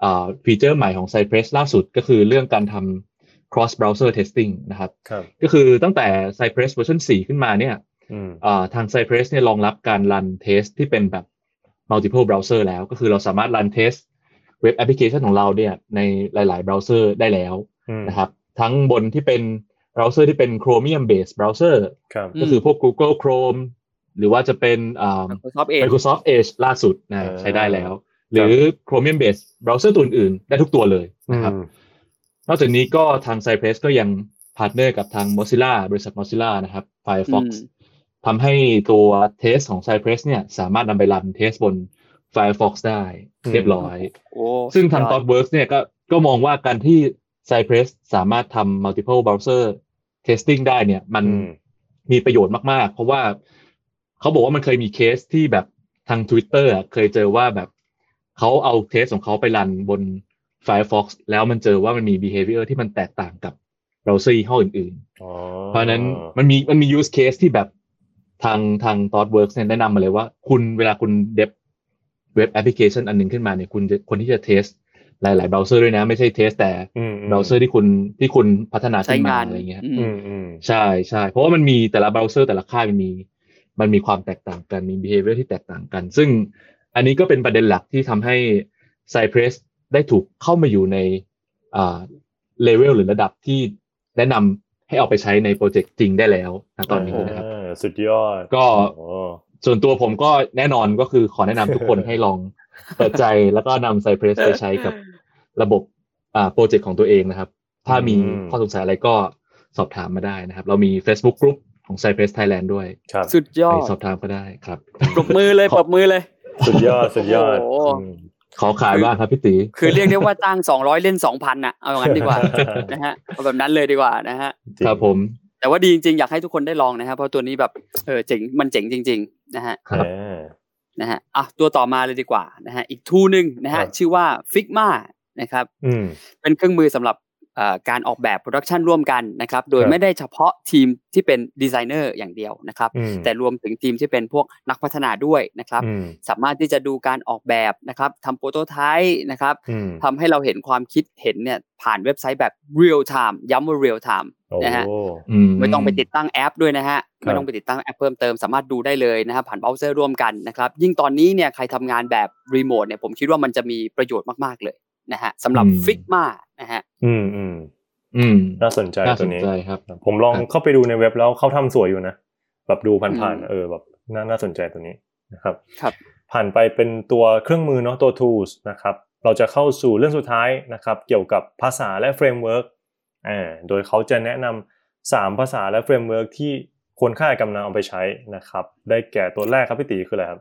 D: เอ่อฟีเจอร์ใหม่ของ Cypress ล่าสุดก็คือเรื่องการทำ cross browser testing นะครับ
C: ครับ
D: ก็คือตั้งแต่ Cypress version 4 ขึ้นมาเนี่ย
C: อืม
D: อ่าทาง Cypress เนี่ยรองรับการ run test ที่เป็นแบบ multiple browser แล้ว ก็คือเราสามารถ run test เว็บแอปพลิเคชันของเราเนี่ยในหลาย ๆ browser ได้แล้ว
C: อืม
D: นะครับ ทั้งบนที่เป็น browser ที่เป็น Chromium based browser
C: ครับ
B: อืม
D: ก็คือพวก Google Chrome หรือว่าจะเป็นอ่า
B: Microsoft Edge
D: Microsoft Edge ล่าสุดนะ
C: เออ
D: ใช้ได้แล้ว หรือ Chromium based browser ตัวอื่นๆ ได้ทุกตัวเลยนะครับ
C: อืม
D: นอกจากนี้ก็ทาง Cypress ก็ยังพาร์ทเนอร์กับทาง Mozilla บริษัท Mozilla นะครับ Firefox
B: อืม
D: ทำให้ตัวเทสของ Cypress เนี่ยสามารถนำไปรันเทสบน Firefox ได้
C: อืม
D: เรียบร้อย
B: โอ้
D: ซึ่งทาง
B: ยอด
D: ThoughtWorks เนี่ยก็ก็มองว่าการที่ Cypress สามารถทำ multiple browser testing ได้เนี่ยมัน
C: อืม
D: มีประโยชน์มากๆ เพราะว่าเขาบอกว่ามันเคยมีเคสที่แบบทาง Twitter อะเคยเจอว่าแบบเขาเอาเทสของเขาไปรันบน Firefox แล้วมันเจอว่ามันมี behavior ที่มันแตกต่างกับ browser ยี่ห้ออื่นๆ
C: อ๋อ
D: เพราะฉะนั้นมันมีมันมี use case ที่แบบทางทาง ThoughtWorks เนี่ยแนะนำมาเลยว่า คุณเวลาคุณเดบเว็บแอปพลิเคชันอันหนึงขึ้นมาเนี่ยคุณจะคนที่จะเทสหลาย ๆ เบราว์เซอร์ด้วยนะ ไม่ใช่เทสแต่
C: อืมม
D: เบราว์เซอร์ที่คุณที่คุณพัฒนา
B: ใช้
D: ขึ้นมาง
B: าน
D: อะไรเงี้ย
B: อื
C: อื
B: ม
C: มอืม
D: ใช่ใช่เพราะว่ามันมีแต่ละเบราว์เซอร์แต่ละค่ายมันมีมันมีความแตกต่างกันมี behavior ที่แตกต่างกัน ซึ่งอันนี้ก็เป็นประเด็นหลักที่ทำให้ Cypress ได้ถูกเข้ามาอยู่ในอ่าเลเวลหรือระดับที่แนะนำให้เอาไปใช้ในโปรเจกต์จริงได้แล้วนะตอนนี้นะครับ
C: เออสุดยอด
D: ก็
C: โอ้
D: ส่วนตัวผมก็แน่นอนก็คือขอแนะนำทุกคนให้ลองเปิดใจแล้วก็นำ Cypress ไปใช้กับระบบอ่าโปรเจกต์ของตัวเองนะครับ ถ้ามีข้อสงสัยอะไรก็สอบถามมาได้นะครับ เรามี Facebook Group ของ Cypress Thailand ด้วย
C: ครับ
B: สุดยอ
D: ไป
B: ด
D: สอบถามก็ได้ครับ
B: ปรบมือเลยปรบมือเลย
C: สุดยอดสุดยอด
B: โอ้โห
C: อืม
D: ขอขายบ้างครับพี่ตี
B: คือเรียกได้ว่าจ้าง 200 เล่น 2,000น่ะเอาอย่างนั้นดีกว่า นะฮะเอาแบบนั้นเลยดีกว่านะฮะ
D: ครับผม
B: แต่ว่าดีจริงๆ อยากให้ทุกคนได้ลองนะฮะเพราะตัวนี้แบบเออเจ๋งมันเจ๋งจริง ๆ นะฮะ
D: ครับ
C: เออ
B: นะฮะอ่ะตัวต่อมาเลยดีกว่านะฮะอีกทูหนึ่งนะ
C: ครั
B: ฮะ
C: บ
B: ชื่อว่า Figma นะครับ
C: อืม
B: เป็นเครื่องมือสำหรับเอ่อการออกแบบโปรดักชันร่วมกันนะครับ โดย
C: ครับ
B: ไม่ได้เฉพาะทีมที่เป็นดีไซเนอร์อย่างเดียวนะครับ
C: อืม
B: แต่รวมถึงทีมที่เป็นพวกนักพัฒนาด้วยนะครับ
C: อืม
B: สามารถที่จะดูการออกแบบนะครับทำโปรโตไทป์นะครับ
C: อืม
B: ทำให้เราเห็นความคิดเห็นเนี่ยผ่านเว็บไซต์แบบ real time ย้ำว่า real time
C: โอ้
B: นะฮะ
D: อื
B: ไม่ต้องไปติดตั้งแอปด้วยนะฮะ
C: ครับ
B: ไม่ต้องไปติดตั้งแอปเพิ่มเติมสามารถดูได้เลยนะครับผ่านเบราว์เซอร์ร่วมกันนะครับ ยิ่งตอนนี้เนี่ยใครทำงานแบบรีโมทเนี่ยผมคิดว่ามันจะมีประโยชน์มากๆเลยนะฮะสำหรับฟิกมานะฮะ
C: อืมอืม
D: อืม
C: น่าสนใจ
D: น่า
C: ตั
D: ส
C: วน นี้
D: ใจครับ
C: ผมลอง
D: ครับ
C: เข้าไปดูในเว็บแล้วเขาทำสวยอยู่นะ แบบดูผ่าน
B: อืม
C: ๆเออแบบน่าน่าสนใจตัวนี้นะครับ
B: ครับ
C: ผ่านไปเป็นตัวเครื่องมือเนาะตัว tools นะครับ เราจะเข้าสู่เรื่องสุดท้ายนะครับ เกี่ยวกับภาษาและเฟรมเวิร์กอ่าโดยเขาจะแนะนำสามภาษาและเฟรมเวิร์กที่ควรค่ากับนำเอาไปใช้นะครับ ได้แก่ตัวแรกครับพี่ตีคืออะไรครับ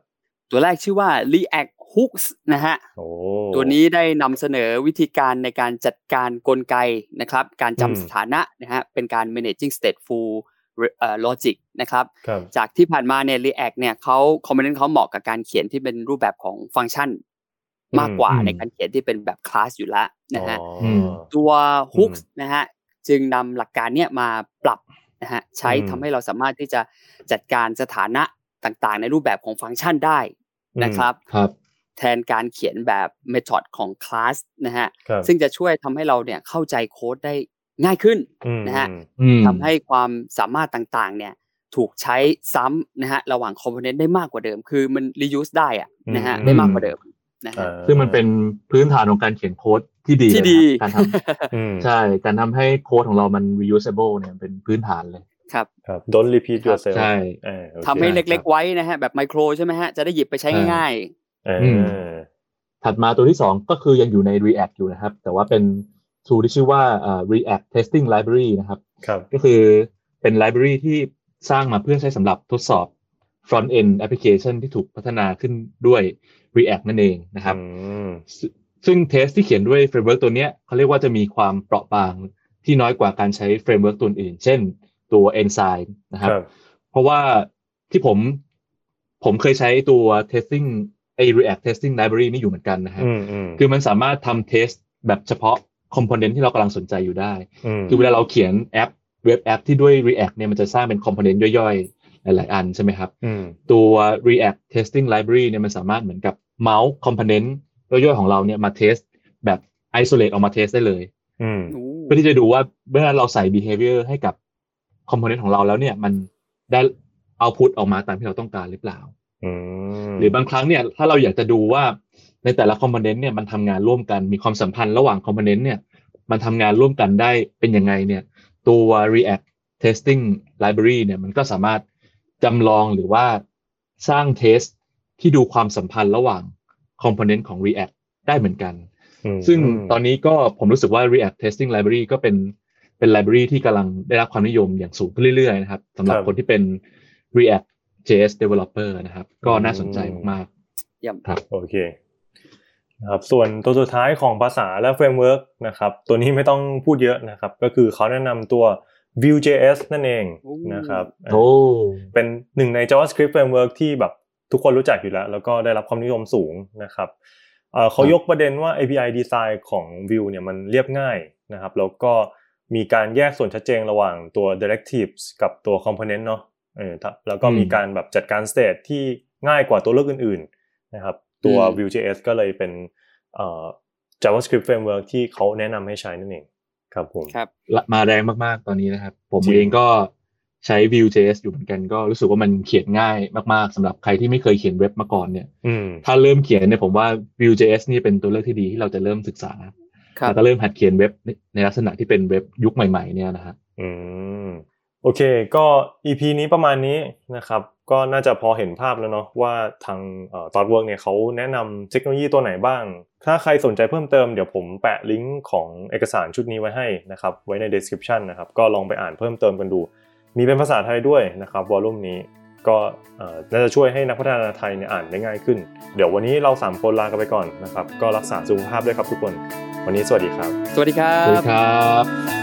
B: ตัวแรกชื่อว่า React Hooks นะฮะ
C: โอ้
B: ตัวนี้ได้นำเสนอวิธีการในการจัดการกลไกนะครับ การจำ
C: อืม
B: สถานะนะฮะเป็นการ managing stateful เอ่อ logic นะครับ
C: ครับ
B: จากที่ผ่านมาเนี่ย React เนี่ยเขาคอมเมนต์เขาเหมาะกับการเขียนที่เป็นรูปแบบของฟังก์ชัน มากกว่า
D: อืม
B: ในการเขียนที่เป็นแบบคลาสอยู่แล้วนะฮะ
C: อ๋อ
D: ม
B: ตัว Hooks นะฮะจึงนำหลักการเนี่ยมาปรับนะฮะใช้
C: อืม
B: ทำให้เราสามารถที่จะจัดการสถานะต่างๆ ในรูปแบบของฟังก์ชันได้นะครับ
D: ครับ
B: แทนการเขียนแบบ method ของ class นะฮะ
C: ครับ
B: ซึ่งจะช่วยทำให้เราเนี่ยเข้าใจโค้ดได้ง่ายขึ้น
C: อืม
B: นะฮะ
C: อืม
D: อืม
B: ทำให้ความสามารถต่างๆ เนี่ยถูกใช้ซ้ำนะฮะระหว่าง component ได้มากกว่าเดิม คือมัน reuse ได้อะนะฮะ
C: อืม
B: ได้มากกว่าเดิมนะฮะ
C: อ่า
D: ซึ่งมันเป็นพื้นฐานของการเขียนโค้ดที่ดี
B: ที่ดี
D: เลยนะครับการทำ
C: อืม
D: ใช่ การทำให้โค้ดของเรามัน reusable เนี่ยเป็นพื้นฐานเลย
B: ครับ
C: ครับ don't repeat
B: ครับ
C: yourself
D: ใช่
C: อ่าโอค
B: ทำให้เล็กๆไว้นะฮะแบบไมโครใช่ไหมฮะจะได้หยิบไปใช้ง่าย
C: เออ
D: ม ถัดมาตัวที่ 2 ก็คือยังอยู่ใน React อยู่นะครับ แต่ว่าเป็น tool ที่ชื่อว่าเอ่อ React Testing Library นะครับ
C: ครับ
D: ก็คือเป็น library ที่สร้างมาเพื่อใช้สำหรับทดสอบ front end application ที่ถูกพัฒนาขึ้นด้วย React นั่นเองนะครับ
C: อืม
D: ซึ่งซึ่งเทสที่เขียนด้วยเฟรมเวิร์กตัวเนี้ยเขาเรียกว่าจะมีความเปราะบางที่น้อยกว่าการใช้เฟรมเวิร์กตัวอื่น เช่นตัว Enzyme นะค
C: ครับ รับ
D: เพราะว่าที่ผมผมเคยใช้ตัว testing ไอ React testing library นี่อยู่เหมือนกันนะฮะ
C: อืมอืม
D: คือมันสามารถทำ test แบบเฉพาะ component ที่เรากำลังสนใจอยู่ได้
C: ม
D: คือเวลาเราเขียนแอปเว็บแอปที่ด้วย React เนี่ยมันจะสร้างเป็น component ย่อยๆ หลายๆ อันใช่ไหมครับ
C: อืม
D: ตัว React testing library เนี่ยมันสามารถเหมือนกับเมาส์ component ย่อยๆ ของเราเนี่ยมา test แบบ isolate ออกมา test ได้เลย
C: อืม
B: ๆอู้
D: เพื่อที่จะดูว่าเมื่อเราใส่ behavior ให้กับ component ของเราแล้วเนี่ย มันได้ output ออกมาตามที่เราต้องการหรือเปล่า
C: อืม
D: หรือบางครั้งเนี่ยถ้าเราอยากจะดูว่าในแต่ละ component เนี่ยมันทำงานร่วมกันมีความสัมพันธ์ระหว่าง component เนี่ย มันทำงานร่วมกันได้เป็นยังไงเนี่ย ตัว React Testing Library เนี่ยมันก็สามารถจำลองหรือว่าสร้าง test ที่ดูความสัมพันธ์ระหว่าง component ของ React ได้เหมือนกัน
C: อืม
D: ซึ่งตอนนี้ก็ผมรู้สึกว่า React Testing Library ก็เป็นเป็น library ที่กำลังได้รับความนิยมอย่างสูงขึ้นเรื่อยๆนะครับสำหรับคนที่เป็น React JS Developer นะครับ ก็น่าสนใจมาก
C: โอเคนะครับส่วนตัวสุดท้ายของภาษาและเฟรมเวิร์กนะครับ ตัวนี้ไม่ต้องพูดเยอะนะครับ ก็คือเขาแนะนำตัว Vue.js นั่นเองนะครับ
D: ๆ โอ้
C: เป็นหนึ่งใน JavaScript framework ที่แบบทุกคนรู้จักอยู่แล้ว แล้วก็ได้รับความนิยมสูงนะครับเอ่อเขายกประเด็นว่า API design ของ Vue เนี่ยมันเรียบง่ายนะครับ แล้วก็มีการแยกส่วนชัดเจนระหว่างตัว directives กับตัว component เนาะ เออถ้าแล้วก็
D: อืม
C: มีการแบบจัดการสเตทที่ง่ายกว่าตัวเลือกอื่นๆนะครับตัว
B: อืม
C: Vue.js ก็เลยเป็นเอ่อ JavaScript framework ที่เขาแนะนำให้ใช้นั่นเองครับผม
B: ครับ
D: มาแรงมากๆตอนนี้นะครับ ผม
C: จริง
D: เองก็ใช้ Vue.js อยู่เหมือนกันก็รู้สึกว่ามันเขียนง่ายมากๆสำหรับใครที่ไม่เคยเขียนเว็บมาก่อนเนี่ย
C: อืม
D: ถ้าเริ่มเขียนเนี่ยผมว่า Vue.js นี่เป็นตัวเลือกที่ดีที่เราจะเริ่มศึกษา
B: ครับ
D: แล้วก็เริ่มหัดเขียนเว็บในลักษณะที่เป็นเว็บยุคใหม่ๆเนี่ยนะครับ
C: อืมโอเคก็ EP นี้ประมาณนี้นะครับ ก็น่าจะพอเห็นภาพแล้วเนาะว่าทางตอดเวิร์กเนี่ยเขาแนะนำเทคโนโลยีตัวไหนบ้าง ถ้าใครสนใจเพิ่มเติมเดี๋ยวผมแปะลิงก์ของเอกสารชุดนี้ไว้ให้นะครับ ไว้ใน description นะครับ ก็ลองไปอ่านเพิ่มเติมกันดู มีเป็นภาษาไทยด้วยนะครับวอลลุ่มนี้ก็เอ่อน่าจะช่วยให้นักพัฒนาไทยเนี่ยอ่านได้ง่ายขึ้น เดี๋ยววันนี้เราสามคนลากันไปก่อนนะครับก็รักษาสุขภาพด้วยครับทุกคน วันนี้สวัสดีครับ
B: สวัสดีครั
D: สวัส
B: บ
D: ดีครับ